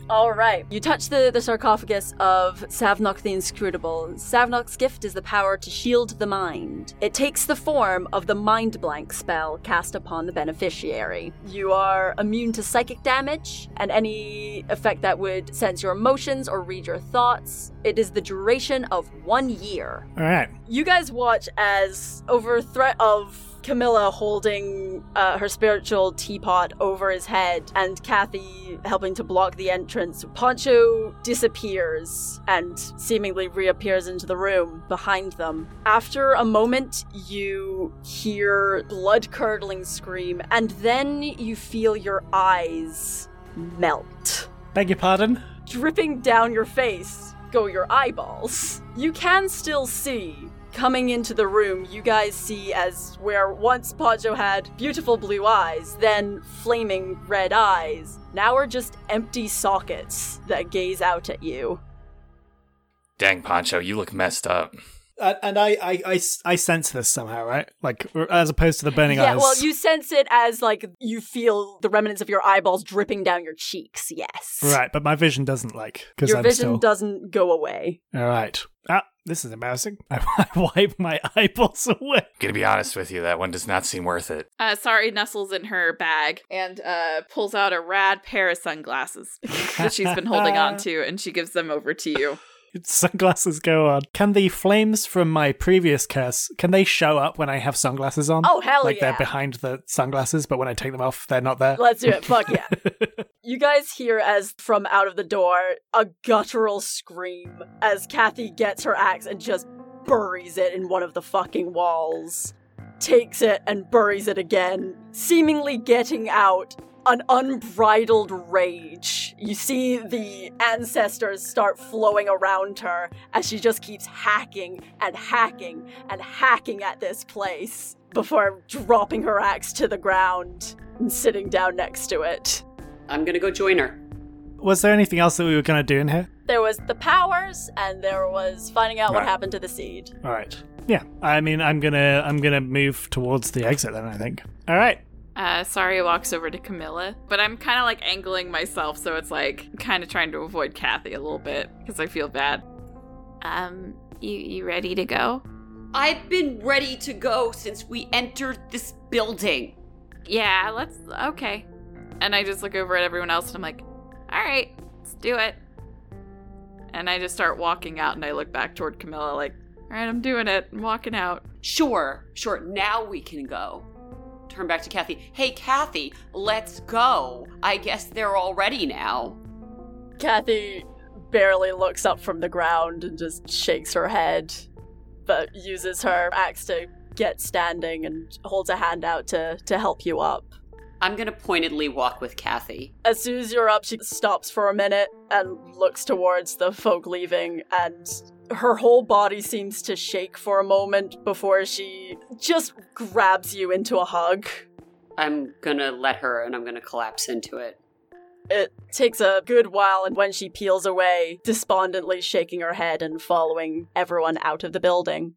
Speaker 10: All right. You touch the, the sarcophagus of Savnok the Inscrutable. Savnok's gift is the power to shield the mind. It takes the form of the Mind Blank spell cast upon the beneficiary. You are immune to psychic damage and any effect that would sense your emotions or read your thoughts. It is the duration of one year.
Speaker 8: All right.
Speaker 10: You guys watch as, over threat of Camilla holding uh, her spiritual teapot over his head and Kathy helping to block the entrance, Poncho disappears and seemingly reappears into the room behind them. After a moment, you hear blood curdling scream, and then you feel your eyes melt.
Speaker 8: Beg your pardon?
Speaker 10: Dripping down your face go your eyeballs. You can still see, coming into the room, you guys see as where once Pajo had beautiful blue eyes, then flaming red eyes, now are just empty sockets that gaze out at you.
Speaker 4: Dang, Pancho, you look messed up.
Speaker 8: Uh, and I, I, I, I sense this somehow, right? Like, as opposed to the burning
Speaker 10: yeah,
Speaker 8: eyes.
Speaker 10: well, you sense it as, like, you feel the remnants of your eyeballs dripping down your cheeks, yes.
Speaker 8: Right, but my vision doesn't, like, because
Speaker 10: Your
Speaker 8: I'm
Speaker 10: vision
Speaker 8: still...
Speaker 10: doesn't
Speaker 8: *laughs*
Speaker 10: go away.
Speaker 8: All right. Ah, this is embarrassing. *laughs* I, wipe my *laughs* eyeballs away.
Speaker 4: Gonna be honest with you, that one does not seem worth it.
Speaker 3: Uh, sorry nestles in her bag and uh, pulls out a rad pair of sunglasses *laughs* that she's been holding on to, and she gives them over to you.
Speaker 8: Sunglasses go on. Can the flames from my previous curse can they show up when I have sunglasses on?
Speaker 10: Oh, hell
Speaker 8: Like
Speaker 10: yeah.
Speaker 8: they're behind the sunglasses, but when I take them off, they're not there.
Speaker 10: Let's do it. Fuck yeah. You guys hear as from out of the door a guttural scream as Kathy gets her axe and just buries it in one of the fucking walls. Takes it and buries it again, seemingly getting out an unbridled rage. You see the ancestors start flowing around her as she just keeps hacking and hacking and hacking at this place before dropping her axe to the ground and sitting down next to it.
Speaker 9: I'm gonna go join her.
Speaker 8: Was there anything else that we were gonna do in here?
Speaker 10: There was the powers, and there was finding out what
Speaker 8: Right.
Speaker 10: happened to the seed.
Speaker 8: All right. Yeah. I mean, I'm gonna I'm gonna move towards the exit then. I think. All right.
Speaker 3: Uh, sorry walks over to Camilla, but I'm kind of like angling myself, so it's like kind of trying to avoid Kathy a little bit because I feel bad.
Speaker 5: Um, you you ready to go?
Speaker 9: I've been ready to go since we entered this building.
Speaker 5: Yeah, let's. Okay. And I just look over at everyone else and I'm like, all right, let's do it.
Speaker 3: And I just start walking out, and I look back toward Camilla, like, all right, I'm doing it. I'm walking out.
Speaker 9: Sure, sure, now we can go. Turn back to Kathy. Hey, Kathy, let's go. I guess they're all ready now.
Speaker 10: Kathy barely looks up from the ground and just shakes her head, but uses her axe to get standing and holds a hand out to, to help you up.
Speaker 9: I'm gonna pointedly walk with Kathy.
Speaker 10: As soon as you're up, she stops for a minute and looks towards the folk leaving, and her whole body seems to shake for a moment before she just grabs you into a hug.
Speaker 9: I'm gonna let her and I'm gonna collapse into it.
Speaker 10: It takes a good while, and when she peels away, despondently shaking her head and following everyone out of the building.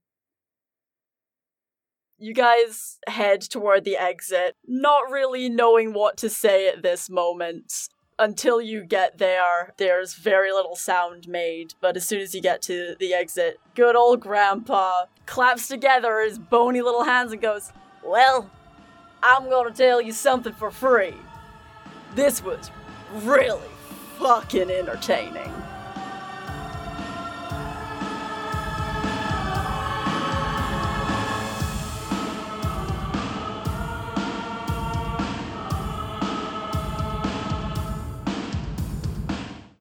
Speaker 10: You guys head toward the exit, not really knowing what to say at this moment. Until you get there, there's very little sound made, but as soon as you get to the exit, good old Grandpa claps together his bony little hands and goes, Well, I'm gonna tell you something for free. This was really fucking entertaining.